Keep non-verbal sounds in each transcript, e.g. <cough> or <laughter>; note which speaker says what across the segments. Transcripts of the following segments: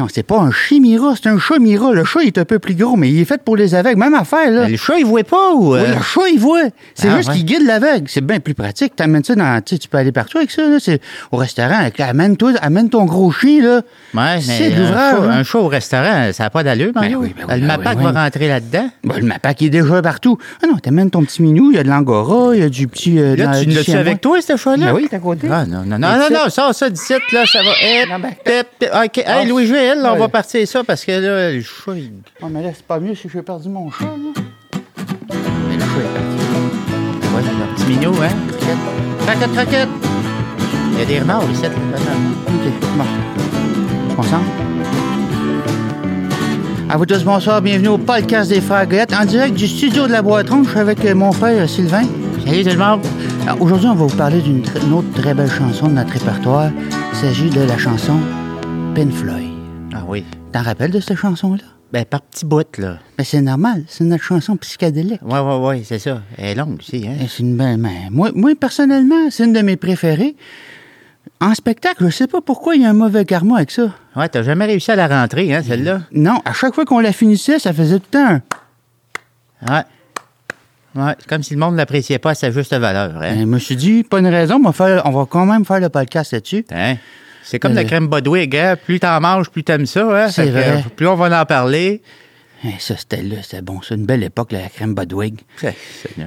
Speaker 1: Non, c'est pas un chimira, c'est un chamira. Le chat, il est un peu plus gros, mais il est fait pour les aveugles. Même affaire, là.
Speaker 2: Ben, le chat, il voit pas ou.
Speaker 1: Euh, Oui,
Speaker 2: euh,
Speaker 1: le chat, il voit. C'est
Speaker 2: Ah,
Speaker 1: juste
Speaker 2: ouais.
Speaker 1: qu'il guide l'aveugle. C'est bien plus pratique. T'amènes ça dans. Tu sais, tu peux aller partout avec ça, là. C'est au restaurant. avec- Amène-toi, amène ton gros chien, là.
Speaker 2: ouais, mais
Speaker 1: c'est
Speaker 2: un
Speaker 1: d'ouvrage,
Speaker 2: show-
Speaker 1: hein.
Speaker 2: Un show au restaurant, ça n'a pas d'allure, Mario.
Speaker 1: oui, ben oui,
Speaker 2: le
Speaker 1: ben
Speaker 2: MAPAC
Speaker 1: oui, oui.
Speaker 2: va rentrer là-dedans.
Speaker 1: Ben, le mapac il est déjà partout. Ah non, t'amènes ton petit minou, il y a de l'angora, il y a du petit. euh,
Speaker 2: Là,
Speaker 1: dans-
Speaker 2: tu
Speaker 1: du
Speaker 2: l'as-tu
Speaker 1: chien
Speaker 2: avec toi, ce chat-là?
Speaker 1: Ben oui, t'es à côté.
Speaker 2: Ah, non, non, non,
Speaker 1: Et
Speaker 2: non,
Speaker 1: tu-
Speaker 2: non, sors ça d'ici, là, ça va. Eh, Hip,
Speaker 1: Non, ben-
Speaker 2: hip, hip. OK. Hey,
Speaker 1: Ah.
Speaker 2: Louis Joël, on
Speaker 1: Ouais.
Speaker 2: va partir ça parce que là, le chat, il-
Speaker 1: Oh, mais là, c'est pas mieux si j'ai perdu mon chat, là.
Speaker 2: Mais le chat est parti. Ouais, là, le petit minou, hein? Traquette, traquette! Il y a des renards ici, là, dedans.
Speaker 1: OK, bon. On s'en va? À vous tous, bonsoir. Bienvenue au podcast des Frères Goyette, en direct du studio de la Boîte Ronde. Je suis avec euh, mon frère euh, Sylvain.
Speaker 2: Salut tout le monde!
Speaker 1: Alors, Aujourd'hui, on va vous parler d'une tr- une autre très belle chanson de notre répertoire. Il s'agit de la chanson Pin Floyd.
Speaker 2: Ah oui.
Speaker 1: T'en rappelles de cette chanson-là?
Speaker 2: Ben, par petits bouts, là.
Speaker 1: Mais c'est normal, c'est notre chanson psychédélique.
Speaker 2: Ouais, ouais, ouais, c'est ça. Elle est longue aussi, hein?
Speaker 1: Et C'est une belle. mais moi, moi, personnellement, c'est une de mes préférées. En spectacle, je sais pas pourquoi il y a un mauvais karma avec ça.
Speaker 2: Ouais, t'as jamais réussi à la rentrer, hein, celle-là?
Speaker 1: Non, à chaque fois qu'on la finissait, ça faisait tout le temps un.
Speaker 2: Ouais. Ouais, c'est comme si le monde ne l'appréciait pas à sa juste valeur,
Speaker 1: Ben,
Speaker 2: hein?
Speaker 1: Je me suis dit, pas une raison, mais on va faire- on va quand même faire le podcast là-dessus.
Speaker 2: Hein? C'est comme
Speaker 1: Euh,
Speaker 2: la crème Bodwig, hein? Plus t'en manges, plus t'aimes ça, hein?
Speaker 1: C'est
Speaker 2: Fait que,
Speaker 1: vrai.
Speaker 2: euh, plus on va en parler.
Speaker 1: Et Hein, ça, c'était là, c'était bon. C'est une belle époque, la crème Budwig.
Speaker 2: C'est- c'est-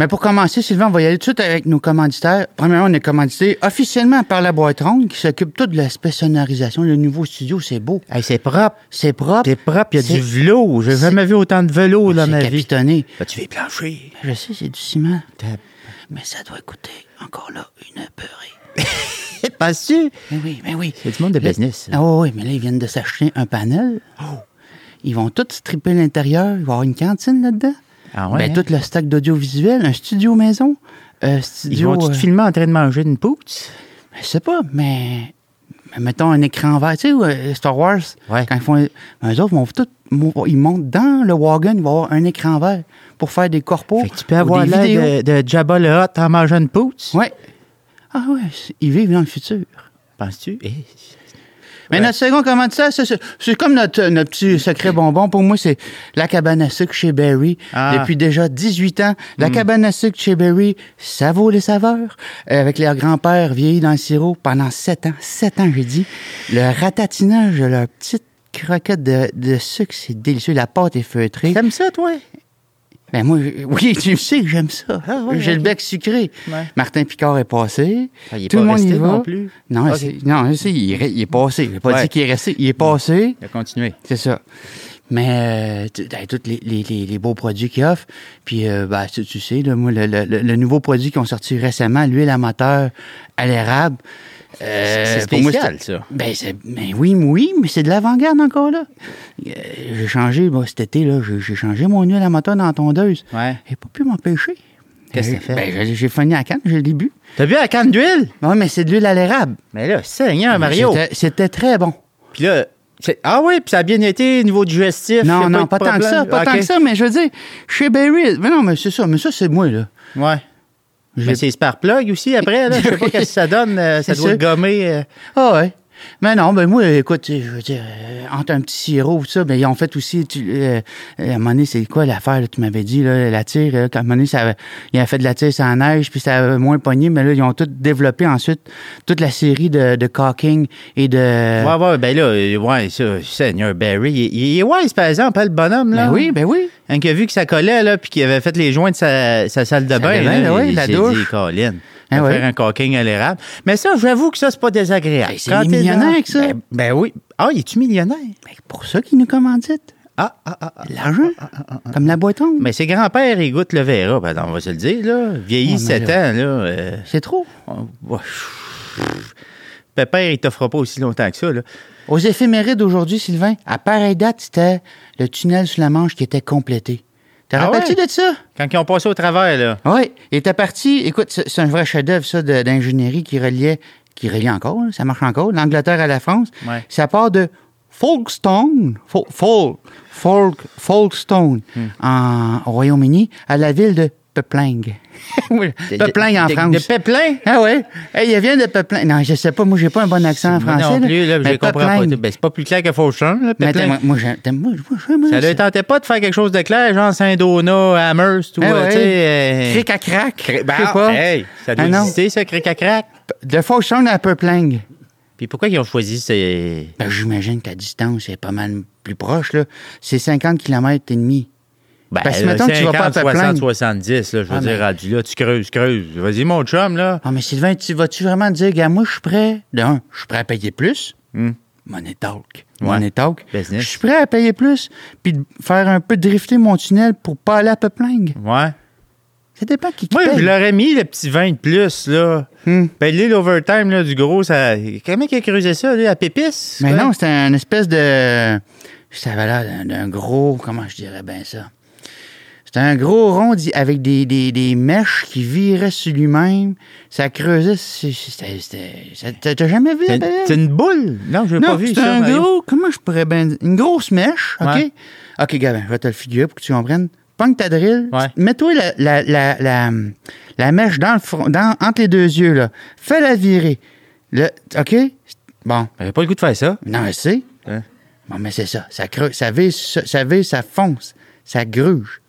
Speaker 1: Mais pour commencer, Sylvain, on va y aller tout de suite avec nos commanditaires. Premièrement, on est commandité officiellement par la boîte ronde qui s'occupe tout de l'aspect sonorisation. Le nouveau studio, c'est beau.
Speaker 2: Hey, c'est propre.
Speaker 1: C'est propre.
Speaker 2: C'est propre. Il y a
Speaker 1: C'est-
Speaker 2: du velours. J'ai
Speaker 1: c'est-
Speaker 2: jamais vu autant de velours dans
Speaker 1: c'est
Speaker 2: ma vie.
Speaker 1: capitonné.
Speaker 2: Ben, tu vas plancher.
Speaker 1: Je sais, c'est du ciment.
Speaker 2: T'as- <laughs>
Speaker 1: Mais ça doit coûter, encore là, une beurrée.
Speaker 2: Penses-tu?
Speaker 1: Mais oui, mais oui.
Speaker 2: C'est du monde de business. ça.
Speaker 1: Ah oui, oui, mais là, ils viennent de s'acheter un panel. Ils vont tous stripper l'intérieur. Il va y avoir une cantine là-dedans.
Speaker 2: Ah ouais,
Speaker 1: Ben,
Speaker 2: hein?
Speaker 1: Tout le stock d'audiovisuel, un studio maison, un
Speaker 2: Ils
Speaker 1: studio...
Speaker 2: vont-tu te
Speaker 1: euh,
Speaker 2: filmer en train de manger une poutre?
Speaker 1: Je sais pas, mais, mais mettons un écran vert, tu sais, ou, euh, Star Wars,
Speaker 2: Ouais.
Speaker 1: quand ils font. ben, Eux autres vont tout. mon- Ils montent dans le wagon, il va y avoir un écran vert pour faire des corpos.
Speaker 2: Fait que tu peux avoir euh,
Speaker 1: des vidéos.
Speaker 2: l'air de, de Jabba le Hutt en mangeant une poutre?
Speaker 1: Ouais. Ah ouais, c'est- ils vivent dans le futur.
Speaker 2: Penses-tu? Eh,
Speaker 1: Mais
Speaker 2: Ouais.
Speaker 1: notre second commanditaire, c'est, c'est- c'est comme notre, notre petit secret bonbon. Pour moi, c'est la cabane à sucre chez Berry.
Speaker 2: Ah. Mm.
Speaker 1: Depuis déjà 18 ans, la cabane à sucre chez Berry, ça vaut les saveurs. Euh, Avec leur grand-père vieilli dans le sirop pendant 7 ans. 7 ans, j'ai dit. Le ratatinage de leur petite croquette de, de sucre, c'est délicieux. La pâte est feutrée.
Speaker 2: T'aimes ça, toi?
Speaker 1: Ben moi, je- oui, tu le sais que j'aime ça.
Speaker 2: Ah ouais,
Speaker 1: J'ai le
Speaker 2: ok.
Speaker 1: bec sucré.
Speaker 2: Ouais.
Speaker 1: Martin Picard est passé.
Speaker 2: Ah, il est
Speaker 1: Tout
Speaker 2: pas
Speaker 1: le monde y
Speaker 2: resté
Speaker 1: va.
Speaker 2: non plus?
Speaker 1: Non,
Speaker 2: Ok.
Speaker 1: c'est- non c'est- il, est, il est passé. Je pas
Speaker 2: Ouais.
Speaker 1: dit qu'il est resté. Il est passé.
Speaker 2: Il a continué.
Speaker 1: C'est ça. Mais euh, tu- t'as tous les, les- les- les beaux produits qu'ils offrent. Puis, euh, ben, tu, tu sais, là, moi, le, le- le- le nouveau produit qu'ils ont sorti récemment, l'huile amateur à l'érable. euh,
Speaker 2: C'est- c'est
Speaker 1: pour moi,
Speaker 2: spécial,
Speaker 1: c'était-
Speaker 2: ça.
Speaker 1: Ben, c'est- ben oui, oui, mais c'est de l'avant-garde encore, là. Euh, j'ai changé, ben, cet été, là, j'ai, j'ai changé mon huile amateur dans la tondeuse.
Speaker 2: Ouais.
Speaker 1: J'ai pas pu m'empêcher.
Speaker 2: Qu'est-ce que t'as fait?
Speaker 1: Ben, j'ai, j'ai fini à canne, j'ai bu.
Speaker 2: T'as bu la canne d'huile?
Speaker 1: Non, mais c'est de l'huile à l'érable.
Speaker 2: Mais là, Seigneur Mario!
Speaker 1: C'était, c'était très bon.
Speaker 2: Puis là, c'est- ah oui, puis ça a bien été, niveau digestif. y a
Speaker 1: Non, non,
Speaker 2: de
Speaker 1: pas, tant que
Speaker 2: problème.
Speaker 1: ça, pas
Speaker 2: Ok.
Speaker 1: tant que ça, mais je veux dire, chez Barry, mais non, mais c'est ça, mais ça, c'est moi, là.
Speaker 2: Ouais.
Speaker 1: J'ai-
Speaker 2: Mais c'est spark plug aussi après, là. Je sais
Speaker 1: <laughs>
Speaker 2: pas qu'est-ce que ça donne. euh, ça
Speaker 1: C'est
Speaker 2: doit
Speaker 1: sûr.
Speaker 2: gommer. euh.
Speaker 1: Ah ouais. Mais non, ben moi, écoute, je veux dire, euh, entre un petit sirop, tout ça, ben ils ont fait aussi, tu- euh, euh, à un moment donné, c'est quoi l'affaire, là, tu m'avais dit, là, la tire, euh, qu'à un moment donné, ça, avait- ils avaient fait de la tire sans neige, puis ça avait moins pogné, mais là, ils ont tout développé ensuite, toute la série de, de caulking et de...
Speaker 2: Ouais, ouais, ben là, euh, ouais, ça, Seigneur Barry, il, il est wise, par exemple, hein, le bonhomme, là.
Speaker 1: Ben oui, ben oui.
Speaker 2: Hein, qui a vu que ça collait, là, puis qu'il avait fait les joints de sa, sa salle de bain.
Speaker 1: de bain, là,
Speaker 2: il-
Speaker 1: oui,
Speaker 2: il
Speaker 1: la
Speaker 2: s'est
Speaker 1: douche.
Speaker 2: dit, Colin,
Speaker 1: Hein,
Speaker 2: on va
Speaker 1: oui.
Speaker 2: faire un caulking à l'érable. Mais ça, j'avoue que ça, c'est pas désagréable.
Speaker 1: Ben, c'est
Speaker 2: Quand
Speaker 1: les
Speaker 2: t'es
Speaker 1: millionnaires que ça.
Speaker 2: Ben, ben oui. Ah, il est-tu millionnaire?
Speaker 1: Ben, pour ça qu'ils nous commanditent.
Speaker 2: Ah, ah, ah, ah.
Speaker 1: L'argent, comme la boîte ronde.
Speaker 2: Mais ses grands-pères, ils goûtent le verra, ben, on va se le dire, là.
Speaker 1: Ouais,
Speaker 2: Vieilli
Speaker 1: mais
Speaker 2: 7
Speaker 1: là-
Speaker 2: ans, là. euh,
Speaker 1: C'est trop.
Speaker 2: on- ouais, pff. Pépère, il t'offre pas aussi longtemps que ça, là.
Speaker 1: Aux éphémérides aujourd'hui, Sylvain, à pareille date, c'était le tunnel sous la Manche qui était complété. Te
Speaker 2: Ah
Speaker 1: rappelles-tu
Speaker 2: ouais?
Speaker 1: de ça?
Speaker 2: Quand ils ont passé au travers, là.
Speaker 1: Oui, il était parti. Écoute, c'est c'est un vrai chef-d'œuvre, ça, de- d'ingénierie qui reliait, qui relie encore, hein, ça marche encore, l'Angleterre à la France.
Speaker 2: Ouais.
Speaker 1: Ça part de Folkestone, Hmm. Fol- Fol- Folk- Folkestone, en- au Royaume-Uni, à la ville de Pepling. <laughs> oui,
Speaker 2: De-
Speaker 1: Pepling en
Speaker 2: de-
Speaker 1: France.
Speaker 2: De Pepelin?
Speaker 1: Ah oui? Hey, il vient de Pepling. Non, je sais pas, moi, j'ai pas un bon accent en
Speaker 2: Moi
Speaker 1: français.
Speaker 2: non plus, là,
Speaker 1: mais
Speaker 2: je comprends pas.
Speaker 1: Pepling.
Speaker 2: Ben, c'est pas plus clair que Fauchon, là,
Speaker 1: Mais
Speaker 2: Pepelin.
Speaker 1: t'as- moi, j'aime- t'as- moi, moi, j'aime
Speaker 2: Ça ne tentait pas de faire quelque chose de clair, genre Saint-Donat, Amherst, tout,
Speaker 1: Eh
Speaker 2: euh,
Speaker 1: ouais.
Speaker 2: tu sais. euh,
Speaker 1: Cric à crac.
Speaker 2: cré- ben,
Speaker 1: Je sais pas.
Speaker 2: hey, ça doit
Speaker 1: Ah non.
Speaker 2: exister, ça, cric à crac.
Speaker 1: De Fauchon à Pepling.
Speaker 2: Puis pourquoi ils ont choisi ces...
Speaker 1: Ben, j'imagine que la distance est pas mal plus proche, là. C'est 50 km et demi.
Speaker 2: Ben,
Speaker 1: Parce que
Speaker 2: là,
Speaker 1: mettons que tu vas pas à
Speaker 2: 50,
Speaker 1: Pepelin.
Speaker 2: 60, 70, là, je veux
Speaker 1: Ah,
Speaker 2: dire,
Speaker 1: mais-
Speaker 2: rendu là, tu creuses, creuses. Vas-y, mon chum, là.
Speaker 1: Ah, mais Sylvain, tu vas-tu vraiment dire, gars, moi, je suis prêt. De un, je suis prêt à payer plus.
Speaker 2: Hmm.
Speaker 1: Money talk.
Speaker 2: Ouais.
Speaker 1: Money talk.
Speaker 2: Business.
Speaker 1: Je suis prêt à payer plus, puis de faire un peu drifter mon tunnel pour pas aller à Pepling.
Speaker 2: Ouais.
Speaker 1: Ça dépend qui qui
Speaker 2: Moi,
Speaker 1: paye.
Speaker 2: je l'aurais mis, le petit 20 de plus, là.
Speaker 1: Hmm.
Speaker 2: Ben, l'île overtime, là, du gros, ça... Comment qu'il a creusé ça, là, à Pépis?
Speaker 1: Mais
Speaker 2: Ouais.
Speaker 1: non, c'était un espèce de. Ça avait l'air d'un- d'un gros. Comment je dirais bien ça? C'était un gros rond di- avec des, des, des mèches qui viraient sur lui-même. Ça creusait. c'est- c'était- c'était- ça- t'as- T'as jamais vu?
Speaker 2: C'est
Speaker 1: pareil?
Speaker 2: une- c'est une boule? Non, je l'ai pas
Speaker 1: Non,
Speaker 2: vu,
Speaker 1: c'était
Speaker 2: ça,
Speaker 1: un
Speaker 2: Mario.
Speaker 1: gros. Comment je pourrais bien dire? Une grosse mèche, OK?
Speaker 2: Ouais.
Speaker 1: OK, Gavin, je vais te le figurer pour que tu comprennes. Pogne ta drill.
Speaker 2: Ouais.
Speaker 1: Mets-toi la, la, la, la, la mèche dans le front, dans, entre les deux yeux, là. Fais-la virer. Le, OK? Bon.
Speaker 2: J'avais pas le goût de faire ça.
Speaker 1: Non, je sais.
Speaker 2: Hein?
Speaker 1: Bon, mais c'est ça. Ça creuse, ça vise, ça, ça vise, ça fonce, ça gruge.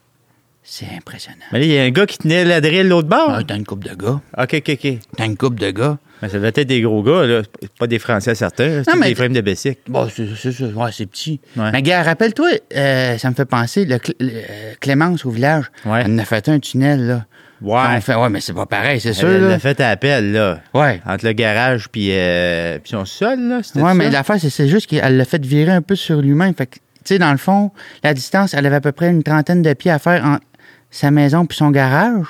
Speaker 1: C'est impressionnant.
Speaker 2: Mais là, il y a un gars qui tenait la drill de l'autre bord.
Speaker 1: Ah, t'as une coupe de gars.
Speaker 2: OK, OK, OK.
Speaker 1: T'as une coupe de gars.
Speaker 2: Mais ça devait être des gros gars, là. C'est Pas des Français certains. là. C'est
Speaker 1: Non,
Speaker 2: tous
Speaker 1: mais-
Speaker 2: des frames de Bessic.
Speaker 1: Bon, c'est c'est ça. Ouais, c'est petit.
Speaker 2: Ouais.
Speaker 1: Mais gars, rappelle-toi, euh, ça me fait penser, le Cl- le, euh, Clémence au village,
Speaker 2: Ouais.
Speaker 1: elle nous a fait un tunnel, là.
Speaker 2: Ouais.
Speaker 1: On fait, ouais, mais c'est pas pareil, c'est sûr.
Speaker 2: Elle
Speaker 1: là.
Speaker 2: l'a fait à appel, là.
Speaker 1: Ouais.
Speaker 2: Entre le garage puis, euh, puis son sol, là. c'était
Speaker 1: Ouais, mais
Speaker 2: ça?
Speaker 1: l'affaire, c'est- c'est juste qu'elle l'a fait virer un peu sur lui-même. Fait que, tu sais, dans le fond, la distance, elle avait à peu près une trentaine de pieds à faire entre sa maison puis son garage.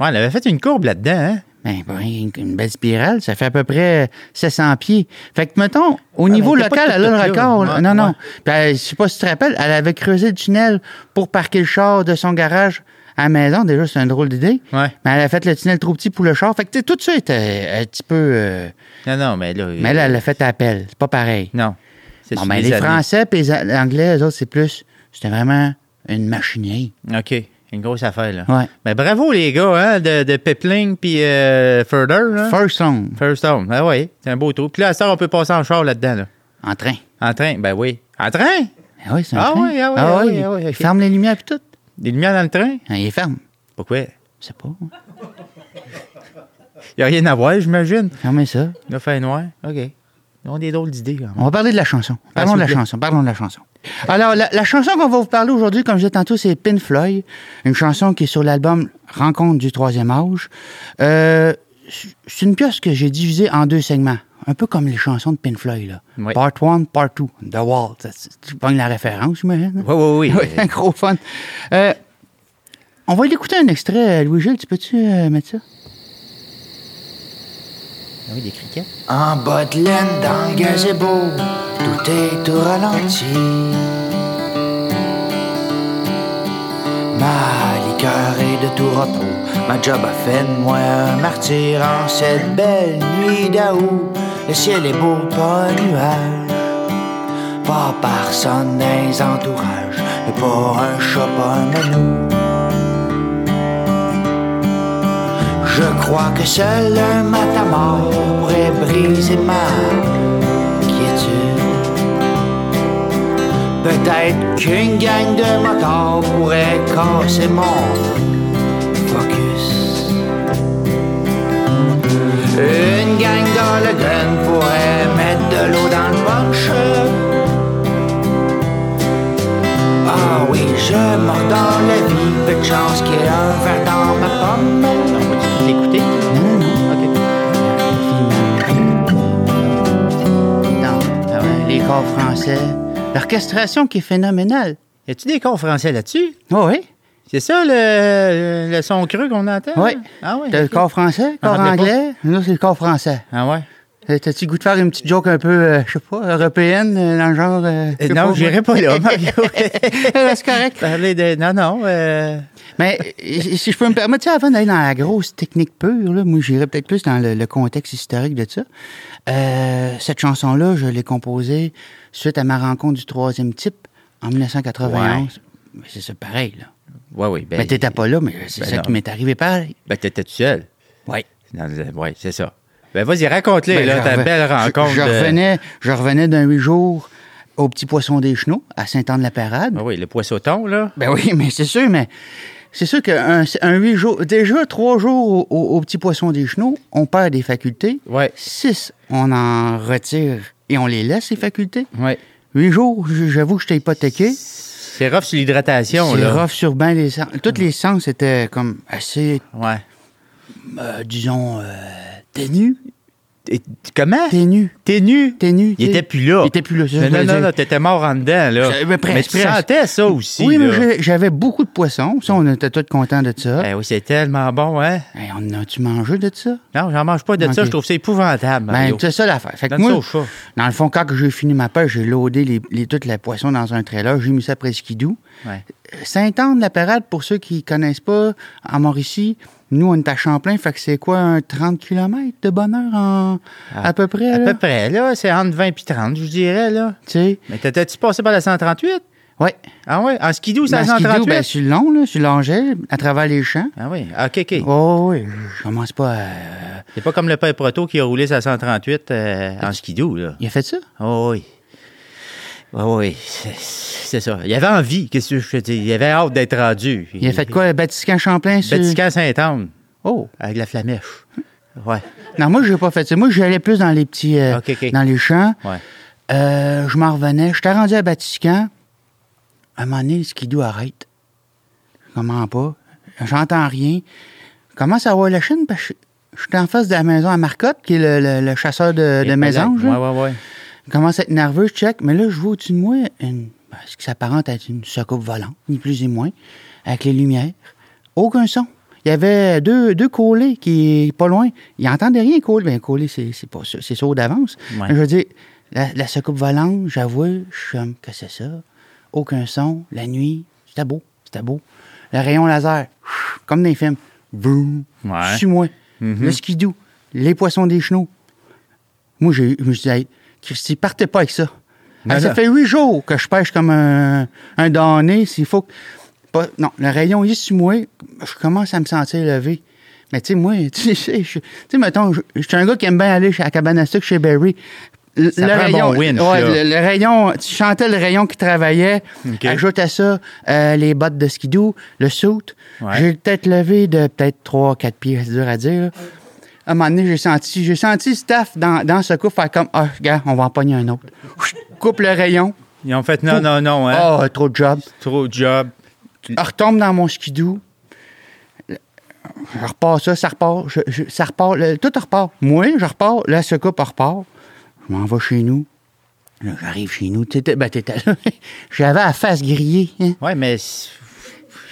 Speaker 2: Ouais, elle avait fait une courbe là-dedans, hein.
Speaker 1: Ben, ben, une une belle spirale, ça fait à peu près 700 pieds. Fait que, mettons, au niveau
Speaker 2: ben, t'es pas
Speaker 1: local,
Speaker 2: tout
Speaker 1: elle a le
Speaker 2: petit, là.
Speaker 1: record.
Speaker 2: Ouais,
Speaker 1: non, non.
Speaker 2: ouais.
Speaker 1: Puis, elle- je sais pas si tu te rappelles, elle avait creusé le tunnel pour parquer le char de son garage à la maison. Déjà, c'est un drôle d'idée.
Speaker 2: Ouais.
Speaker 1: Mais elle a fait le tunnel trop petit pour le char. Fait que, tu sais, tout ça était un petit peu... euh,
Speaker 2: Non, non, mais là.
Speaker 1: Mais elle, elle l'a fait à appel. C'est pas pareil.
Speaker 2: Non. C'est
Speaker 1: Bon,
Speaker 2: sur
Speaker 1: ben,
Speaker 2: des
Speaker 1: les
Speaker 2: années.
Speaker 1: Français puis les A- Anglais, eux autres, c'est plus... C'était vraiment une machinerie.
Speaker 2: OK. Une grosse affaire, là.
Speaker 1: Ouais.
Speaker 2: Mais bravo, les gars, hein, de, de Pipling puis euh, Further, là.
Speaker 1: First song,
Speaker 2: First Home. Ah oui, c'est un beau trou. Puis là, à ça, on peut passer en char là-dedans, là.
Speaker 1: en train.
Speaker 2: En train, ben oui. En train?
Speaker 1: Ah oui, c'est un
Speaker 2: Ah
Speaker 1: train.
Speaker 2: oui, ah oui, ah oui, ah oui,
Speaker 1: Il
Speaker 2: ok.
Speaker 1: ferme les lumières puis tout.
Speaker 2: Des lumières dans le train?
Speaker 1: Ah, Il ferme.
Speaker 2: Pourquoi?
Speaker 1: Je sais pas.
Speaker 2: Il n'y a rien à voir, j'imagine.
Speaker 1: Fermez ça.
Speaker 2: Il a fait noir. OK. On a des drôles d'idées, quand même.
Speaker 1: On va parler de la chanson. Parlons
Speaker 2: Ah, s'il
Speaker 1: de la
Speaker 2: vous plaît.
Speaker 1: chanson. Parlons de la chanson. Alors, la, la chanson qu'on va vous parler aujourd'hui, comme je disais tantôt, c'est Pin Floyd. Une chanson qui est sur l'album Rencontre du troisième âge. Euh, c'est une pièce que j'ai divisée en deux segments. Un peu comme les chansons de Pin Floyd, là.
Speaker 2: Oui.
Speaker 1: Part 1, Part 2, The Wall. Ça, c'est- Tu pognes la référence, j'imagine.
Speaker 2: Oui, oui, oui.
Speaker 1: <laughs> Ouais, gros fun. Euh, on va aller écouter un extrait, euh, Louis-Gilles. Tu peux-tu euh, mettre ça?
Speaker 2: Ah <laughs> oui, des criquettes.
Speaker 1: En bas de laine dans le gazebo, tout est au ralenti. Ma liqueur est de tout repos, ma job a fait de moi un martyr en cette belle nuit d'août. Le ciel est beau, pas de nuage, pas personne dans les entourages, et pas un chat, pas un melon. Je crois que seul un matamor pourrait briser ma quiétude. Peut-être qu'une gang de motards pourrait casser mon focus. Une gang d'Hologun pourrait mettre de l'eau dans le punch. Ah oui, je mords dans la vie, peu de chance qu'il y ait un verre dans ma pomme.
Speaker 2: On va-tu l'écouter?
Speaker 1: Mmh.
Speaker 2: OK.
Speaker 1: Non, ah ouais, les corps français. L'orchestration qui est phénoménale.
Speaker 2: Y a-tu des cons français là-dessus?
Speaker 1: Oh oui.
Speaker 2: C'est ça, le, le son creux qu'on entend?
Speaker 1: Oui.
Speaker 2: là? Ah oui.
Speaker 1: T'as le
Speaker 2: OK.
Speaker 1: corps français, le
Speaker 2: Ah,
Speaker 1: corps
Speaker 2: rappelez
Speaker 1: anglais. Là, c'est le corps français.
Speaker 2: Ah ouais.
Speaker 1: Euh, T'as-tu le goût de faire une petite joke un peu, euh, je sais pas, européenne, euh, dans le genre. euh, je
Speaker 2: Euh,
Speaker 1: sais
Speaker 2: non,
Speaker 1: pas,
Speaker 2: j'irai pas <laughs> là, Mario.
Speaker 1: <laughs> Euh, c'est correct.
Speaker 2: Parler de. Non, non. euh,
Speaker 1: Mais euh, si je peux me permettre, tu sais, avant d'aller dans la grosse technique pure, là, moi, j'irais peut-être plus dans le, le contexte historique de ça. Euh, cette chanson-là, je l'ai composée suite à ma rencontre du troisième type en 1991. Mais c'est ça pareil, là.
Speaker 2: Oui, oui. Ben,
Speaker 1: mais t'étais pas là, mais c'est
Speaker 2: ben
Speaker 1: ça
Speaker 2: non.
Speaker 1: qui m'est arrivé pareil.
Speaker 2: ben, t'étais tout seul.
Speaker 1: Oui.
Speaker 2: Dans le- ouais, c'est ça. Ben, vas-y, raconte-les,
Speaker 1: Ben,
Speaker 2: là,
Speaker 1: je
Speaker 2: ta
Speaker 1: reven-
Speaker 2: belle
Speaker 1: je-
Speaker 2: rencontre.
Speaker 1: Je,
Speaker 2: de-
Speaker 1: revenais, je revenais d'un huit jours au Petit Poisson des Chenaux, à Saint-Anne-la-Parade.
Speaker 2: Ah oui, le poissoton, là.
Speaker 1: Ben oui, mais c'est sûr, mais c'est sûr qu'un un huit jours, déjà trois jours au, au- au Petit Poisson des Chenaux, on perd des facultés.
Speaker 2: Ouais.
Speaker 1: Six, on en retire et on les laisse, ces facultés.
Speaker 2: Ouais.
Speaker 1: Huit jours, j- j'avoue que j'étais hypothéqué.
Speaker 2: C'est rough sur l'hydratation,
Speaker 1: C'est
Speaker 2: là.
Speaker 1: rough sur ben les sens. Tous les sens étaient comme assez,
Speaker 2: Ouais.
Speaker 1: euh, disons, euh, ténus.
Speaker 2: Et- comment?
Speaker 1: Ténus.
Speaker 2: T'es nu?
Speaker 1: Ténus.
Speaker 2: Il était plus là.
Speaker 1: Il était plus là, ça, je
Speaker 2: Non, non,
Speaker 1: voulais
Speaker 2: non,
Speaker 1: dire.
Speaker 2: non, t'étais mort en dedans, là.
Speaker 1: Ça- mais presque,
Speaker 2: tu
Speaker 1: presque.
Speaker 2: sentais ça aussi,
Speaker 1: Oui, mais
Speaker 2: là.
Speaker 1: j'ai- j'avais beaucoup de poissons. Ça, on était tous contents de ça.
Speaker 2: Ben oui, c'est tellement bon, hein?
Speaker 1: Hey, on a-tu mangé de ça?
Speaker 2: Non, j'en mange pas de ça,
Speaker 1: Ok.
Speaker 2: je trouve ça épouvantable,
Speaker 1: Ben,
Speaker 2: Mario.
Speaker 1: c'est ça l'affaire. Fait que
Speaker 2: Donne ça
Speaker 1: moi,
Speaker 2: au chat.
Speaker 1: dans le fond, quand j'ai fini ma pêche, j'ai loadé les, les, toute la poisson dans un trailer. J'ai mis ça presque doux.
Speaker 2: Ouais.
Speaker 1: Euh, Saint-Anne de la Parade, pour ceux qui connaissent pas, en Mauricie, nous, on est à Champlain, fait que c'est quoi, un 30 km de bonheur en, à peu près?
Speaker 2: Ah. À
Speaker 1: là?
Speaker 2: peu près, là, c'est entre 20 et 30, je dirais, là.
Speaker 1: Tu sais?
Speaker 2: Mais t'étais-tu passé par la 138?
Speaker 1: Ouais.
Speaker 2: Ah ouais, en skidoo, c'est
Speaker 1: Dans
Speaker 2: la
Speaker 1: ce qu'il dit,
Speaker 2: 138?
Speaker 1: ben, sur le long, là, sur l'Angèle, à travers les champs.
Speaker 2: Ah oui, Ah, ok, ok.
Speaker 1: Oh, oui, je commence pas euh, à.
Speaker 2: C'est pas comme le père Proto qui a roulé sa 138 euh, en skidoo, là.
Speaker 1: Il a fait ça?
Speaker 2: Oh oui. Oh oui, c'est- c'est ça. Il avait envie, qu'est-ce que je te dis? Il avait hâte d'être rendu.
Speaker 1: Il a fait quoi, Batican Champlain? Sur...
Speaker 2: Vatican Saint-Anne,
Speaker 1: Oh!
Speaker 2: avec la flamèche. Ouais.
Speaker 1: Non, moi, j'ai pas fait ça. Moi, j'allais plus dans les petits. euh,
Speaker 2: Ok, ok.
Speaker 1: Dans les champs.
Speaker 2: Ouais.
Speaker 1: Euh, je m'en revenais. J'étais rendu à Batican. À un moment donné, le skidoo arrête. Comment pas? J'entends rien. Je commence à voir la chaîne parce que je- j'étais en face de la maison à Marcotte, qui est le, le- le chasseur de, de mésanges.
Speaker 2: Ouais,
Speaker 1: là.
Speaker 2: ouais, ouais.
Speaker 1: Je commence à être nerveux, je check, mais là, je vois au-dessus de moi une, ben, ce qui s'apparente à être une soucoupe volante, ni plus ni moins, avec les lumières. Aucun son. Il y avait deux, deux collés qui pas loin. Ils n'entendaient rien, collé. Bien, collé, c'est c'est pas ça, c'est sourd d'avance.
Speaker 2: Ouais.
Speaker 1: Mais Je veux dire, la, la soucoupe volante, j'avoue, je suis comme, que c'est ça? Aucun son, la nuit, c'était beau, c'était beau. Le rayon laser, pff, comme dans les films, boum,
Speaker 2: Ouais. Mm-hmm.
Speaker 1: suis moi le skidoo, les poissons des chenaux, moi, j'ai- je me suis dit, hey, Christy, partez pas avec ça.
Speaker 2: Non,
Speaker 1: Hey, ça
Speaker 2: non.
Speaker 1: fait huit jours que je pêche comme un, un damné. S'il faut. que- Pas, non, le rayon, il est sur moi. Je commence à me sentir levé. Mais tu sais, moi, <laughs> tu sais, je- tu sais, mettons, je je suis un gars qui aime bien aller chez- à cabane à sucre chez Barry. Le,
Speaker 2: Ça prend un bon winch,
Speaker 1: ouais,
Speaker 2: là.
Speaker 1: le, le rayon, tu chantais le rayon qui travaillait.
Speaker 2: OK.
Speaker 1: Ajoute à ça euh, les bottes de skidoo, le soute.
Speaker 2: Ouais.
Speaker 1: J'ai peut-être levé de peut-être 3-4 pieds, c'est dur à dire. là. À un moment donné, j'ai senti, j'ai senti le staff dans, dans ce coup faire comme Ah, regarde, on va en pogner un autre. <laughs> Chut, Coupe le rayon.
Speaker 2: Ils ont fait non,
Speaker 1: Fou.
Speaker 2: non, non, hein.
Speaker 1: Ah, trop de job.
Speaker 2: Trop de job.
Speaker 1: Je retombe dans mon skidoo. Je repars ça, ça repart. je- je- ça repart. le- tout repart. Moi, je repars. La secoupe repart. Je m'en vais chez nous. Là, J'arrive chez nous. T'étais, ben, t'étais là. <laughs> J'avais la face grillée. Hein?
Speaker 2: Ouais, mais c'est-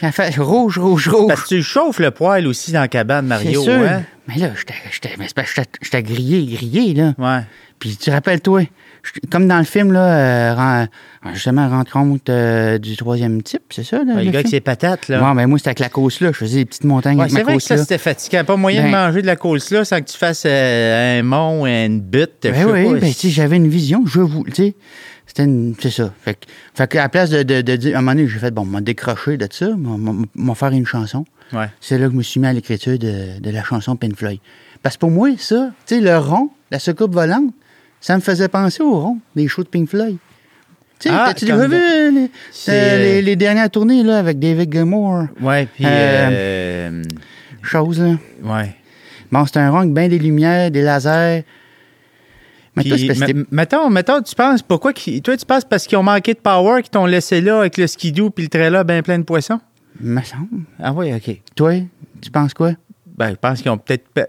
Speaker 1: La face rouge, rouge, rouge.
Speaker 2: parce que tu chauffes le poêle aussi dans la cabane, Mario,
Speaker 1: C'est sûr.
Speaker 2: hein.
Speaker 1: Mais là, j'étais- j'étais mais c'est parce que j'étais- j'étais grillé, grillé, là.
Speaker 2: Ouais.
Speaker 1: Puis tu rappelles-toi, je- comme dans le film, là, euh, ren- justement, rencontre euh, du troisième type, c'est ça? Là,
Speaker 2: Ouais,
Speaker 1: le
Speaker 2: le gars avec
Speaker 1: film?
Speaker 2: ses patates, là.
Speaker 1: Ouais, ben moi, c'était avec la cause là. Je faisais des petites montagnes
Speaker 2: Ouais,
Speaker 1: avec ma
Speaker 2: c'est vrai que
Speaker 1: cause
Speaker 2: ça,
Speaker 1: là.
Speaker 2: c'était fatigant. Pas moyen
Speaker 1: Ben-
Speaker 2: de manger de la course là sans que tu fasses euh, un mont, une butte. je sais
Speaker 1: Ben oui,
Speaker 2: pas.
Speaker 1: ben, tu sais, j'avais une vision, je vous, tu sais, c'était une, c'est ça. Fait que, fait que à la place de, de, de dire, à un moment donné, j'ai fait, bon, m'a décroché de ça, m'a- m'a m'a faire une chanson.
Speaker 2: Ouais.
Speaker 1: C'est là que je me suis mis à l'écriture de, de la chanson Pink Floyd. Parce que pour moi, ça, tu sais, le rond, la soucoupe volante, ça me faisait penser au rond des shows de Pink Floyd. Tu sais,
Speaker 2: Ah,
Speaker 1: t'as-tu déjà
Speaker 2: comme-
Speaker 1: vu euh, les,
Speaker 2: C'est-
Speaker 1: euh, les- les dernières tournées, là, avec David Gilmour,
Speaker 2: Ouais, puis. euh,
Speaker 1: chose, là?
Speaker 2: ouais.
Speaker 1: Bon, c'est un rond avec bien des lumières, des lasers. Mais
Speaker 2: Puis,
Speaker 1: toi, c'est parce que t'es-
Speaker 2: m- mettons, mettons, tu penses, pourquoi. qu'ils- toi, tu penses parce qu'ils ont manqué de power, qu'ils t'ont laissé là avec le skidoo puis le trailer bien plein de poissons?
Speaker 1: me semble.
Speaker 2: Ah oui, OK.
Speaker 1: Toi, tu penses quoi?
Speaker 2: Ben, je pense qu'ils ont peut-être. pe-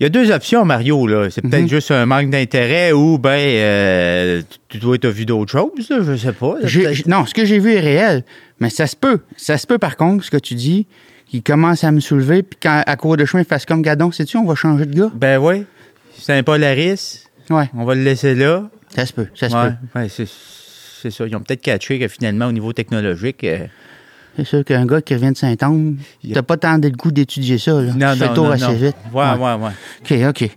Speaker 2: Il y a deux options, Mario. là. C'est peut-être
Speaker 1: Mhm.
Speaker 2: juste un manque d'intérêt ou, ben, euh, tu dois être vu d'autres choses, là, je sais pas. là,
Speaker 1: J'ai-
Speaker 2: peut-être.
Speaker 1: j'- non, ce que j'ai vu est réel, mais ça se peut. Ça se peut, par contre, ce que tu dis, qu'il commence à me soulever, puis quand, à court de chemin, il fasse comme Gadon, sais-tu, on va changer de gars?
Speaker 2: Ben oui. C'est un Polaris.
Speaker 1: Ouais,
Speaker 2: On va le laisser là.
Speaker 1: ça se peut, ça se
Speaker 2: Ouais,
Speaker 1: peut.
Speaker 2: ouais, c'est c'est ça. Ils ont peut-être catché que finalement, au niveau technologique. euh,
Speaker 1: C'est sûr qu'un gars qui revient de Saint-Anne,
Speaker 2: Il-
Speaker 1: t'as pas tant de goût d'étudier ça, là.
Speaker 2: non,
Speaker 1: tu fais
Speaker 2: non,
Speaker 1: le tour
Speaker 2: non,
Speaker 1: assez
Speaker 2: non.
Speaker 1: vite.
Speaker 2: Ouais, ouais, ouais.
Speaker 1: OK, OK.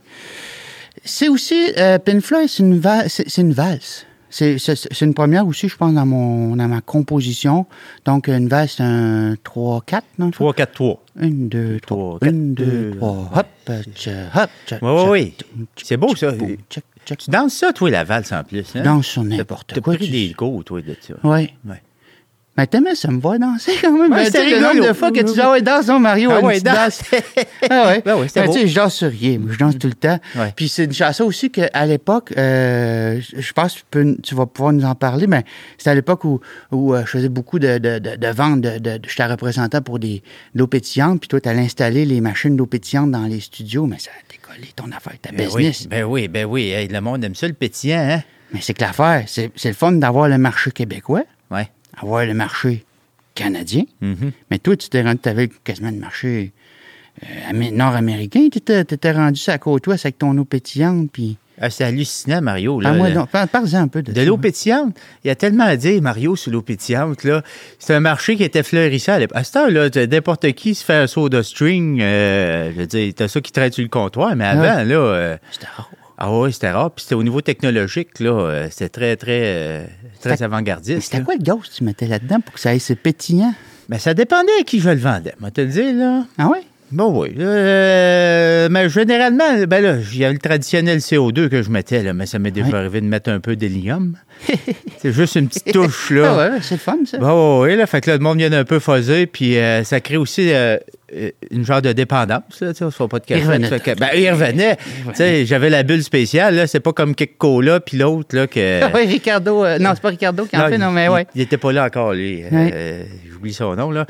Speaker 1: C'est aussi, euh, Pink Floyd, c'est une, val- c'est c'est une valse. c'est, c'est, c'est une première aussi, je pense, dans, mon, dans ma composition. Donc, une valse, c'est un 3-4, non?
Speaker 2: 3-4-3.
Speaker 1: 1, 2, 3.
Speaker 2: Trois,
Speaker 1: 1,
Speaker 2: quatre,
Speaker 1: 2,
Speaker 2: deux.
Speaker 1: 3. Hop, tcha, hop, tcha,
Speaker 2: Ouais, ouais,
Speaker 1: tcha,
Speaker 2: ouais.
Speaker 1: tchoum, tchoum,
Speaker 2: C'est beau, ça.
Speaker 1: boum, tchac, tchac.
Speaker 2: Tu danses ça, toi, la valse en plus. Hein?
Speaker 1: Danse sur
Speaker 2: T'as-
Speaker 1: n'importe
Speaker 2: t'as
Speaker 1: quoi.
Speaker 2: pris
Speaker 1: tu-
Speaker 2: des cours, toi, de ça.
Speaker 1: Ouais.
Speaker 2: Ouais.
Speaker 1: Mais t'aimais, ça me voit danser quand même.
Speaker 2: Ouais,
Speaker 1: Mais tu sais,
Speaker 2: c'était
Speaker 1: le nombre
Speaker 2: rigolo.
Speaker 1: de fois que tu dis, ah ouais, danse, non, Mario,
Speaker 2: Ah
Speaker 1: une
Speaker 2: ouais,
Speaker 1: petite
Speaker 2: <laughs> danse.
Speaker 1: ah ouais.
Speaker 2: <laughs> Ben ouais, c'était
Speaker 1: Mais tu
Speaker 2: beau.
Speaker 1: sais, je danse sur rien, moi, je danse tout le temps.
Speaker 2: Ouais.
Speaker 1: Puis c'est une chanson aussi qu'à l'époque, euh, je je pense que tu, peux- tu vas pouvoir nous en parler, mais c'était à l'époque où, où, euh, je faisais beaucoup de, de, de, de ventes. De, de, de- J'étais représentant pour des de l'eau pétillante, puis toi, t'allais installer les machines d'eau pétillante dans les studios, mais ça a décollé ton affaire, ta
Speaker 2: Ben
Speaker 1: business.
Speaker 2: oui, ben oui, ben oui. Hey, le monde aime ça, le pétillant, hein?
Speaker 1: Mais c'est que l'affaire, c'est c'est le fun d'avoir le marché québécois,
Speaker 2: Ouais.
Speaker 1: avoir le marché canadien.
Speaker 2: Mhm.
Speaker 1: Mais toi, tu t'es rendu, t'avais quasiment le marché euh, amé- nord-américain. Tu t'étais rendu sur la côte ouest avec ton eau pétillante. Puis...
Speaker 2: Ah, c'est hallucinant, Mario. Là,
Speaker 1: Parle-moi
Speaker 2: Le-
Speaker 1: donc, par- parle-en un peu de,
Speaker 2: De
Speaker 1: ça.
Speaker 2: l'eau pétillante, il y a tellement à dire, Mario, sur l'eau pétillante. là. C'est un marché qui était fleurissant. À l'époque. À cette heure-là, t'as- n'importe qui se fait un saut de string. euh, je veux dire, t'as ça qui traîne sur le comptoir, mais avant, là... euh,
Speaker 1: C'était rare.
Speaker 2: ah oui, c'était rare. Puis c'était au niveau technologique, là, euh, c'était très, très, euh, très
Speaker 1: C'était- Mais
Speaker 2: avant-gardiste.
Speaker 1: c'était
Speaker 2: là.
Speaker 1: quoi le gaz que tu mettais là-dedans pour que ça aille, c'est pétillant?
Speaker 2: Mais ça dépendait à qui je le vendais, moi te le dire, là.
Speaker 1: Ah ouais?
Speaker 2: Bon, Bah oui. Euh, mais généralement, ben là, il y avait le traditionnel CO2 que je mettais, là, mais ça m'est déjà
Speaker 1: Ouais.
Speaker 2: arrivé de mettre un
Speaker 1: <laughs>
Speaker 2: peu d'hélium. C'est juste une petite touche,
Speaker 1: Ah
Speaker 2: là. Bah
Speaker 1: ouais, ouais, c'est le fun, ça.
Speaker 2: Bon, oui, là, fait que là, le monde vient un peu faussé, puis euh, ça crée aussi euh, euh, une genre de dépendance, là, tu sais, on se fait pas de cachette.
Speaker 1: Il revenait.
Speaker 2: ça fait que- ben, il
Speaker 1: <laughs>
Speaker 2: revenait. Tu sais, j'avais la bulle spéciale, là, c'est pas comme Kiko, là, puis l'autre, là,
Speaker 1: <laughs>
Speaker 2: que...
Speaker 1: Ah <laughs> ouais, Ricardo. euh, non, c'est pas Ricardo qui en fait,
Speaker 2: il-
Speaker 1: non, mais
Speaker 2: il-
Speaker 1: ouais.
Speaker 2: Il était pas là encore, lui. Euh,
Speaker 1: Ouais.
Speaker 2: J'oublie son nom, là.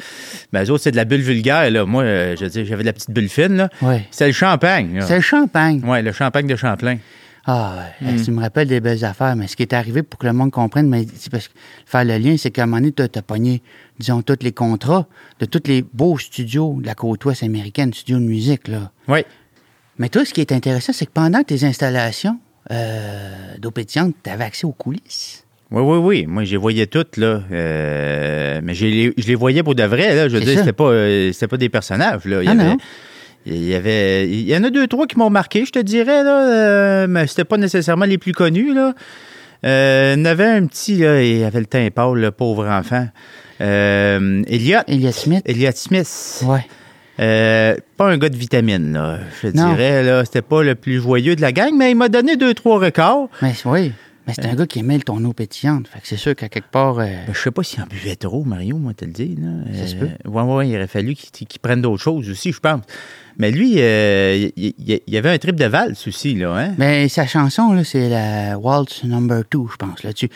Speaker 2: Mais eux autres, c'est de la bulle vulgaire, là. Moi, euh, je veux dire, j'avais de la petite bulle fine, là.
Speaker 1: Ouais.
Speaker 2: C'est le champagne, là.
Speaker 1: C'est le champagne.
Speaker 2: Ouais, le champagne de Champlain.
Speaker 1: Ah, ouais, tu me rappelles des belles affaires, mais ce qui est arrivé pour que le monde comprenne, mais c'est parce que faire le lien, c'est qu'à un moment donné, tu as pogné, disons, tous les contrats de tous les beaux studios de la côte ouest américaine, studios de musique, là.
Speaker 2: Oui.
Speaker 1: Mais toi, ce qui est intéressant, c'est que pendant tes installations euh, d'eau pétillante, tu avais accès aux coulisses.
Speaker 2: Oui, oui, oui. Moi, je les voyais toutes, là. Euh, mais je les, je les voyais pour de vrai, là. Je veux
Speaker 1: C'est
Speaker 2: dire,
Speaker 1: ça.
Speaker 2: c'était pas, euh, c'était pas des personnages, là. Il y,
Speaker 1: Ah,
Speaker 2: avait,
Speaker 1: non.
Speaker 2: il y avait. Il y en a deux, trois qui m'ont marqué, je te dirais, là. euh, mais c'était pas nécessairement les plus connus, là. Euh, il y en avait un petit, là. Il avait le teint pâle, le pauvre enfant. Euh, Elliot.
Speaker 1: Elias Smith.
Speaker 2: Elliot Smith.
Speaker 1: Ouais.
Speaker 2: Euh, pas un gars de vitamine, là. Je te
Speaker 1: Non.
Speaker 2: dirais, là. C'était pas le plus joyeux de la gang, mais il m'a donné deux, trois records.
Speaker 1: Mais oui. Mais c'est un gars qui aimait le tourneau pétillante. Fait que c'est sûr qu'à quelque part. euh,
Speaker 2: Ben, je sais pas s'il en buvait trop, Mario, moi, te le dis. Là.
Speaker 1: Ça se
Speaker 2: Euh, ouais, ouais, il aurait fallu qu'il qu'il prenne d'autres choses aussi, je pense. Mais lui, euh, il il- il y avait un trip de valse aussi, là, hein?
Speaker 1: Mais Ben, sa chanson, là, c'est la Waltz Number 2, je pense. Là, tu...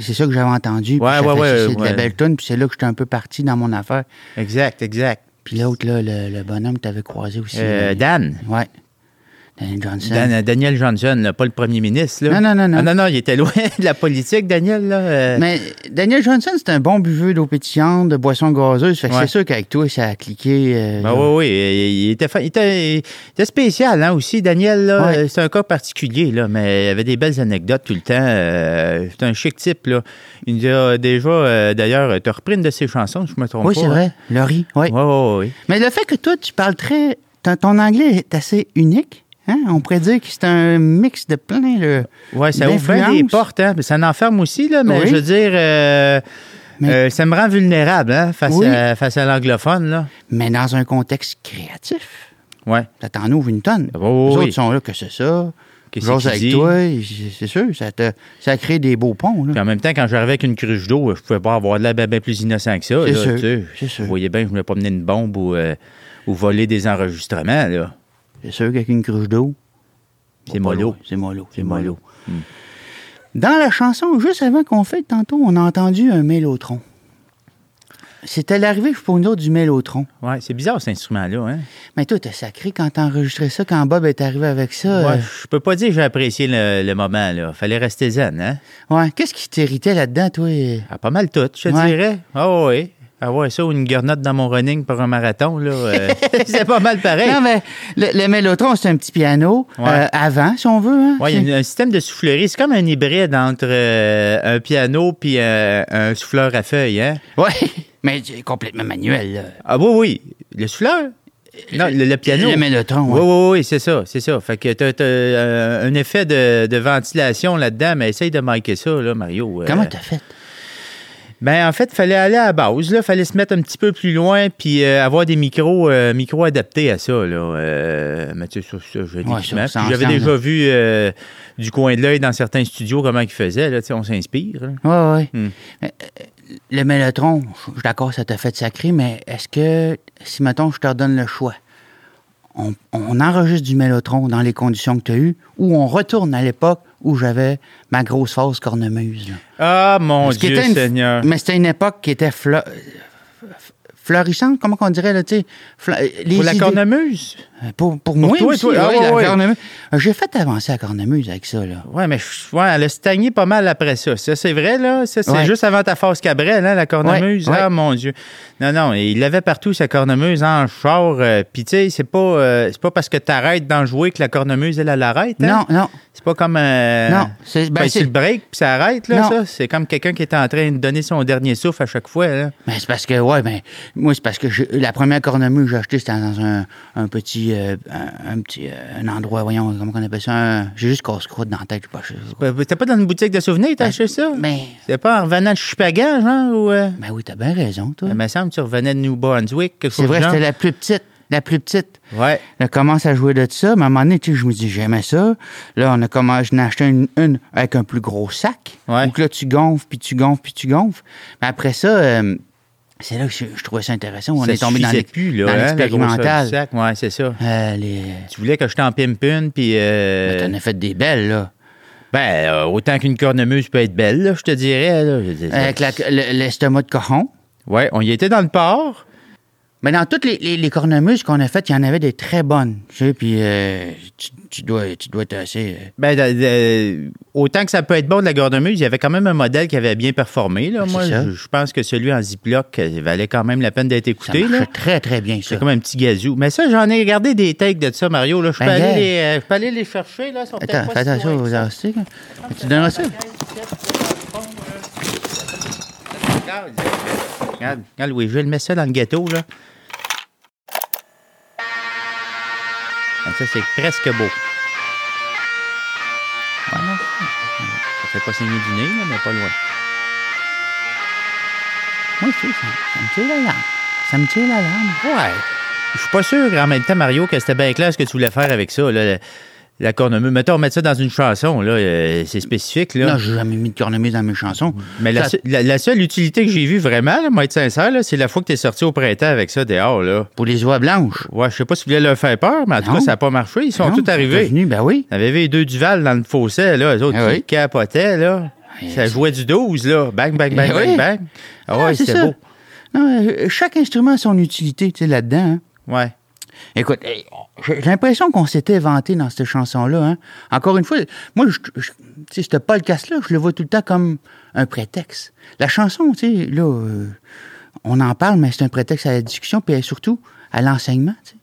Speaker 1: C'est ça que j'avais entendu. puis
Speaker 2: Ouais,
Speaker 1: ça
Speaker 2: ouais,
Speaker 1: fait-
Speaker 2: ouais,
Speaker 1: C'est de la
Speaker 2: ouais.
Speaker 1: belle tune, puis c'est là que j'étais un peu parti dans mon affaire.
Speaker 2: Exact, exact.
Speaker 1: Puis l'autre, là, le, le bonhomme que t'avais croisé aussi.
Speaker 2: Euh,
Speaker 1: là.
Speaker 2: Dan.
Speaker 1: Ouais. Daniel Johnson.
Speaker 2: Dan- euh, Daniel Johnson, là, pas le premier ministre, là.
Speaker 1: Non, non, non, non.
Speaker 2: Ah, non, non, il était loin <laughs> de la politique, Daniel, là. euh,
Speaker 1: Mais Daniel Johnson, c'est un bon buveux d'eau pétillante, de boissons gazeuses. Fait que
Speaker 2: Ouais.
Speaker 1: c'est sûr qu'avec toi, ça a cliqué. euh,
Speaker 2: Ben
Speaker 1: là.
Speaker 2: oui, oui, il- il était, fa- il était- il était spécial hein, aussi, Daniel. là.
Speaker 1: Ouais.
Speaker 2: Euh, C'est un cas particulier, là, mais il avait des belles anecdotes tout le temps. Euh, C'est un chic type. Là. Il nous a déjà, euh, d'ailleurs, tu as repris une de ses chansons, si je me trompe
Speaker 1: Oui,
Speaker 2: pas. hein?
Speaker 1: c'est vrai. Laurie, oui.
Speaker 2: Oui, oui, oui.
Speaker 1: Mais le fait que toi, tu parles très. ton- Ton anglais est assez unique. Hein? On pourrait dire que c'est un mix de plein. Là.
Speaker 2: Ouais, ça ouvre bien des
Speaker 1: D'influence.
Speaker 2: portes, hein. mais ça n'enferme aussi, là, mais
Speaker 1: Oui.
Speaker 2: je veux dire, euh,
Speaker 1: Mais-
Speaker 2: euh, ça me rend vulnérable hein, face,
Speaker 1: Oui.
Speaker 2: à, face à l'anglophone. Là.
Speaker 1: Mais dans un contexte créatif,
Speaker 2: Ouais.
Speaker 1: ça t'en ouvre une tonne.
Speaker 2: Ah, oui,
Speaker 1: Les
Speaker 2: oui.
Speaker 1: autres sont là que c'est ça.
Speaker 2: Qu'est-ce
Speaker 1: J'ose
Speaker 2: qu'il
Speaker 1: avec
Speaker 2: dit?
Speaker 1: toi, et c'est c'est sûr, ça, te, ça crée des beaux ponts. Là.
Speaker 2: Puis en même temps, quand j'arrivais avec une cruche d'eau, je pouvais pas avoir de l'air bien, bien plus innocent que ça.
Speaker 1: C'est
Speaker 2: là,
Speaker 1: sûr,
Speaker 2: tu sais.
Speaker 1: c'est sûr.
Speaker 2: Vous voyez bien que je me promenais une bombe ou, euh, ou voler des enregistrements. Là.
Speaker 1: C'est sûr qu'avec une cruche d'eau. pas
Speaker 2: C'est mollo.
Speaker 1: loin. C'est mollo.
Speaker 2: C'est mollo. Hmm.
Speaker 1: Dans la chanson, juste avant qu'on fête tantôt, on a entendu un mélotron. C'était l'arrivée pour nous autres du mélotron.
Speaker 2: Ouais, c'est bizarre cet instrument-là. Hein?
Speaker 1: Mais toi, t'as sacré quand t'as enregistré ça, quand Bob est arrivé avec ça.
Speaker 2: Ouais, je peux pas dire que j'ai apprécié le, le moment. Là. Fallait rester zen. Hein?
Speaker 1: euh, ouais. Qu'est-ce qui t'irritait là-dedans, toi? euh?
Speaker 2: Ah, pas mal tout, je te
Speaker 1: Ouais.
Speaker 2: dirais. Ah oui. Avoir ça ou une garnotte dans mon running pour un marathon, là, euh, <laughs> c'est pas mal pareil.
Speaker 1: Non, mais le, le mélotron, c'est un petit piano,
Speaker 2: Ouais.
Speaker 1: euh, avant, si on veut. Hein?
Speaker 2: Ouais, il y a une- un système de soufflerie. C'est comme un hybride entre euh, un piano puis euh,
Speaker 1: <laughs>
Speaker 2: un souffleur à feuilles. Hein?
Speaker 1: Ouais, mais c'est complètement manuel. là.
Speaker 2: Ah oui, oui. Le souffleur? Non, le, le piano.
Speaker 1: Le mélotron,
Speaker 2: Oui,
Speaker 1: ouais.
Speaker 2: oui, oui, c'est ça, c'est ça. Fait que t'as, t'as, euh, un effet de, de ventilation là-dedans, mais essaye de marquer ça, là, Mario. Euh,
Speaker 1: Comment t'as fait?
Speaker 2: Ben, en fait, fallait aller à la base, là. Fallait se mettre un petit peu plus loin, puis euh, avoir des micros, euh, micros adaptés à ça, là. Euh, mais tu sais, ça, ça, j'ai des
Speaker 1: Ouais,
Speaker 2: équipements.
Speaker 1: ça, ça
Speaker 2: Puis J'avais
Speaker 1: ensemble,
Speaker 2: déjà vu euh, du coin de l'œil dans certains studios comment ils faisaient, là. Tu sais, on s'inspire. là.
Speaker 1: Oui, oui.
Speaker 2: Hmm.
Speaker 1: Euh, euh, Le mélotron, je suis d'accord, ça t'a fait sacré, mais est-ce que, si mettons, je te redonne le choix, on, on enregistre du mélotron dans les conditions que tu as eues ou on retourne à l'époque où j'avais ma grosse phase cornemuse? là?
Speaker 2: Ah, mon
Speaker 1: Ce qui
Speaker 2: Dieu,
Speaker 1: était une-
Speaker 2: Seigneur.
Speaker 1: Mais c'était une époque qui était flo- euh, fleurissante, comment qu'on dirait, là, tu sais. fla- euh, les
Speaker 2: Pour la
Speaker 1: idées- Euh,
Speaker 2: cornemuse?
Speaker 1: Pour, pour moi
Speaker 2: toi,
Speaker 1: aussi,
Speaker 2: toi, ah
Speaker 1: oui,
Speaker 2: ouais,
Speaker 1: la
Speaker 2: ouais.
Speaker 1: cornemuse. J'ai fait avancer la cornemuse avec ça, là.
Speaker 2: Ouais, mais je- ouais, elle a stagné pas mal après ça. Ça, c'est vrai, là. Ça, c'est
Speaker 1: Ouais.
Speaker 2: juste avant ta phase Cabrel, hein, la cornemuse.
Speaker 1: Ouais, ouais.
Speaker 2: Ah, mon Dieu. Non, non, il l'avait partout, sa cornemuse, en char. euh, Puis, tu sais, c'est pas, euh, c'est pas parce que t'arrêtes d'en jouer que la cornemuse, elle, elle arrête. hein.
Speaker 1: Non, non,
Speaker 2: C'est pas comme. euh,
Speaker 1: non. c'est- ben,
Speaker 2: ben,
Speaker 1: c'est-
Speaker 2: tu le break, puis ça arrête, là,
Speaker 1: Non.
Speaker 2: ça. C'est comme quelqu'un qui est en train de donner son dernier souffle à chaque fois, là.
Speaker 1: Ben, c'est parce que, ouais, ben, moi, c'est parce que j'ai- la première cornemuse que j'ai achetée, c'était dans un, un petit, euh, un, un petit, euh, un endroit, voyons, comment on appelle ça, un- j'ai juste casse-croûte dans la tête, je sais pas, je sais pas.
Speaker 2: Ben, T'es pas dans une boutique de souvenirs,
Speaker 1: Ben,
Speaker 2: t'as acheté ça?
Speaker 1: Mais,
Speaker 2: C'est pas en revenant de Chupagan, genre, ou. euh,
Speaker 1: ben oui, t'as bien raison, toi.
Speaker 2: Il me semble que tu revenais de New Brunswick, quelque
Speaker 1: c'est
Speaker 2: chose
Speaker 1: vrai,
Speaker 2: du genre.
Speaker 1: c'était la plus petite, la plus petite.
Speaker 2: Ouais.
Speaker 1: Là, commence à jouer de ça, mais à un moment donné, tu sais, je me dis, j'aimais ça. Là, on a commencé, j'en ai acheté une, une avec un plus gros sac.
Speaker 2: Ouais.
Speaker 1: Donc là, tu gonfles, puis tu gonfles, puis tu gonfles. Mais après ça, euh, c'est là que je, je trouvais ça intéressant. On
Speaker 2: Ça
Speaker 1: est tombé dans
Speaker 2: suffisait
Speaker 1: l'ex-
Speaker 2: plus, là,
Speaker 1: dans
Speaker 2: hein, la grosseur
Speaker 1: l'expérimental.
Speaker 2: du sac. Ouais, c'est ça.
Speaker 1: Euh, les...
Speaker 2: Tu voulais que je t'en pimpe une, puis... euh,
Speaker 1: Mais T'en as fait des belles, là.
Speaker 2: ben, euh, autant qu'une cornemuse peut être belle, là, je te dirais. Là, Je veux dire,
Speaker 1: Avec la- le- l'estomac de cochon.
Speaker 2: Ouais, on y était dans le port.
Speaker 1: Mais dans toutes les, les- les cornemuses qu'on a faites, il y en avait des très bonnes. Tu sais, puis euh, tu, tu dois, tu dois être assez. euh,
Speaker 2: Ben, euh, euh, autant que ça peut être bon de la cornemuse, il y avait quand même un modèle qui avait bien performé. Là.
Speaker 1: Ben,
Speaker 2: Moi,
Speaker 1: c'est ça.
Speaker 2: je, je pense que celui en Ziploc euh, valait quand même la peine d'être
Speaker 1: Ça
Speaker 2: écouté. là.
Speaker 1: marchait très, très bien, ça.
Speaker 2: C'est comme un petit gazou. Mais ça, j'en ai regardé des takes de ça, Mario. Là. Je, peux
Speaker 1: Ben,
Speaker 2: aller
Speaker 1: gars.
Speaker 2: les, euh, je peux aller les chercher. Là, Ils sont peut-être
Speaker 1: Attends,
Speaker 2: pas
Speaker 1: fais
Speaker 2: si
Speaker 1: attention
Speaker 2: loin que
Speaker 1: aux
Speaker 2: ça.
Speaker 1: élastiques. hein. Tu donneras ça?
Speaker 2: Regarde, regarde, Louis, je le mets ça dans le ghetto, là. Ah, Ça, c'est presque beau. Voilà. Ça fait pas saigner du nez, là, mais pas loin.
Speaker 1: Moi, je sais, ça, ça me tire la lame. Ça me tire la lame.
Speaker 2: Ouais. Je suis pas sûr, en même temps, Mario, que c'était bien clair ce que tu voulais faire avec ça, là. La, la cornemuse. Mettons, mettre ça dans une chanson, là. euh, c'est spécifique, là.
Speaker 1: Non, j'ai jamais mis de cornemuse dans mes chansons.
Speaker 2: Mais la,
Speaker 1: Ça-
Speaker 2: se- la- la seule utilité que j'ai vue vraiment, là, moi être sincère, là, c'est la fois que t'es sorti au printemps avec ça dehors. Là.
Speaker 1: Pour les oies blanches.
Speaker 2: Ouais, je sais pas si vous voulez leur faire peur, mais en tout
Speaker 1: Non.
Speaker 2: cas, ça n'a pas marché. Ils sont
Speaker 1: Non,
Speaker 2: tous arrivés.
Speaker 1: venus, ben oui.
Speaker 2: On avait vu les deux Duval dans le fossé, là. Eux autres,
Speaker 1: Ah
Speaker 2: ils
Speaker 1: oui.
Speaker 2: capotaient, là.
Speaker 1: Ah,
Speaker 2: Ça
Speaker 1: yes.
Speaker 2: jouait du 12, là. Bang, bang, bang,
Speaker 1: Ah
Speaker 2: bang,
Speaker 1: oui.
Speaker 2: bang. Ah
Speaker 1: Ah,
Speaker 2: ouais,
Speaker 1: c'est
Speaker 2: c'était
Speaker 1: ça.
Speaker 2: beau.
Speaker 1: Non, euh, chaque instrument a son utilité, tu sais, là-dedans. hein.
Speaker 2: Ouais.
Speaker 1: Écoute, hey, j'ai l'impression qu'on s'était vanté dans cette chanson-là. hein. Encore une fois, moi, je, je, tu sais, ce podcast-là, je le vois tout le temps comme un prétexte. La chanson, tu sais, là, euh, on en parle, mais c'est un prétexte à la discussion, puis surtout à l'enseignement. tu sais.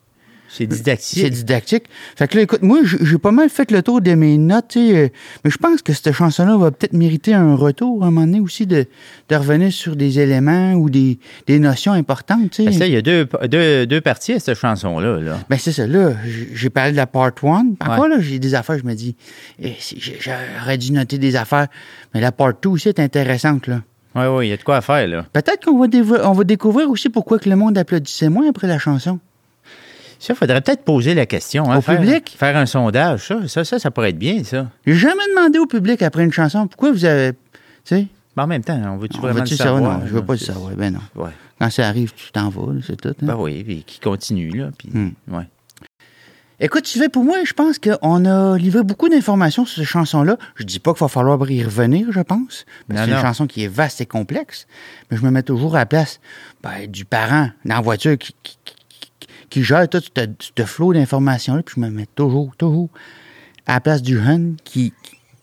Speaker 2: C'est
Speaker 1: C'est
Speaker 2: didactique.
Speaker 1: didactique. Fait que là, écoute, moi, j- j'ai pas mal fait le tour de mes notes, tu sais, euh, mais je pense que cette chanson-là va peut-être mériter un retour à un moment donné aussi de, de revenir sur des éléments ou des, des notions importantes. tu sais.
Speaker 2: Parce que là, il y a deux, deux, deux parties à cette chanson-là. Là.
Speaker 1: Ben c'est ça, là, j- j'ai parlé de la part 1. Parfois,
Speaker 2: Ouais.
Speaker 1: là, j'ai des affaires, je me dis, eh, si- j'ai- j'aurais dû noter des affaires, mais la part 2 aussi est intéressante, là.
Speaker 2: Ouais, ouais, il y a de quoi à faire, là.
Speaker 1: Peut-être qu'on va, dévo- on va découvrir aussi pourquoi que le monde applaudissait moins après la chanson.
Speaker 2: Ça, faudrait peut-être poser la question. hein,
Speaker 1: Au
Speaker 2: faire-
Speaker 1: public?
Speaker 2: Faire un sondage, ça. Ça, ça, ça pourrait être bien, ça.
Speaker 1: J'ai jamais demandé au public après une chanson pourquoi vous avez. Tu sais,
Speaker 2: Mais en même temps, on veut-tu
Speaker 1: on
Speaker 2: vraiment
Speaker 1: va-tu
Speaker 2: le
Speaker 1: le Ah, savoir?
Speaker 2: savoir?
Speaker 1: Non, je veux pas le
Speaker 2: C'est-
Speaker 1: savoir. Ben non.
Speaker 2: Ouais.
Speaker 1: Quand ça arrive, tu t'en vas, là, c'est tout. hein.
Speaker 2: Ben oui, puis qui continue, là. Puis,
Speaker 1: Hmm.
Speaker 2: ouais.
Speaker 1: Écoute, tu fais pour moi, je pense qu'on a livré beaucoup d'informations sur cette chanson-là. Je dis pas qu'il va falloir y revenir, je pense. parce
Speaker 2: Non,
Speaker 1: que C'est une
Speaker 2: non.
Speaker 1: chanson qui est vaste et complexe. Mais je me mets toujours à la place ben, du parent dans la voiture qui, qui, qui- qui- qui gère tout ce, ce flot d'informations-là. Puis je me mets toujours, toujours à la place du jeune qui,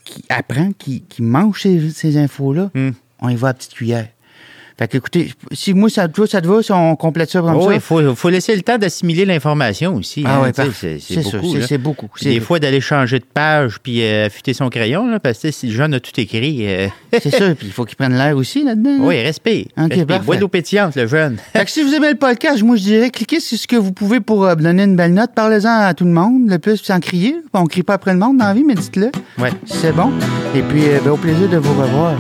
Speaker 1: qui, qui apprend, qui, qui mange ces, ces infos-là.
Speaker 2: Hmm.
Speaker 1: On y va à petite cuillère. Fait que, écoutez, si moi, ça, toi, ça te va, si on complète ça comme
Speaker 2: Oh,
Speaker 1: ça?
Speaker 2: oui, il faut, faut laisser le temps d'assimiler l'information aussi.
Speaker 1: Ah
Speaker 2: hein,
Speaker 1: ouais,
Speaker 2: tu sais,
Speaker 1: parfait.
Speaker 2: c'est-
Speaker 1: C'est
Speaker 2: C'est
Speaker 1: sûr,
Speaker 2: beaucoup.
Speaker 1: c'est-
Speaker 2: là.
Speaker 1: c'est beaucoup.
Speaker 2: Puis
Speaker 1: C'est-
Speaker 2: Des fois, d'aller changer de page puis euh, affûter son crayon, là, parce que tu sais, si le jeune a tout écrit, euh,
Speaker 1: C'est sûr, puis il faut qu'ils prennent l'air aussi là-dedans. là.
Speaker 2: oui, respire.
Speaker 1: Ok,
Speaker 2: respire.
Speaker 1: parfait.
Speaker 2: Bois d'eau pétillante, le jeune.
Speaker 1: Fait que si vous aimez le podcast, moi, je dirais, cliquez sur ce que vous pouvez pour euh, donner une belle note. Parlez-en à tout le monde, le plus sans crier. On crie pas après le monde dans la vie, mais dites-le.
Speaker 2: Ouais.
Speaker 1: C'est bon. Et puis, euh, ben, au plaisir de vous revoir.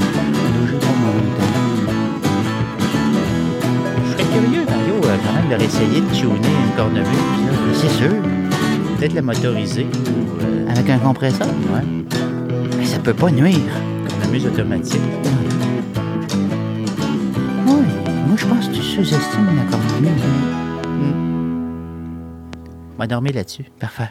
Speaker 2: Je serais curieux, Mario, euh, quand même, de réessayer de tuner une cornemuse. là.
Speaker 1: C'est sûr,
Speaker 2: Peut-être la motoriser ou euh,
Speaker 1: avec un compresseur,
Speaker 2: ouais,
Speaker 1: mais ça peut pas nuire.
Speaker 2: une cornemuse automatique.
Speaker 1: Oui, moi, je pense que tu sous-estimes la cornemuse.
Speaker 2: On va dormir là-dessus.
Speaker 1: Parfait.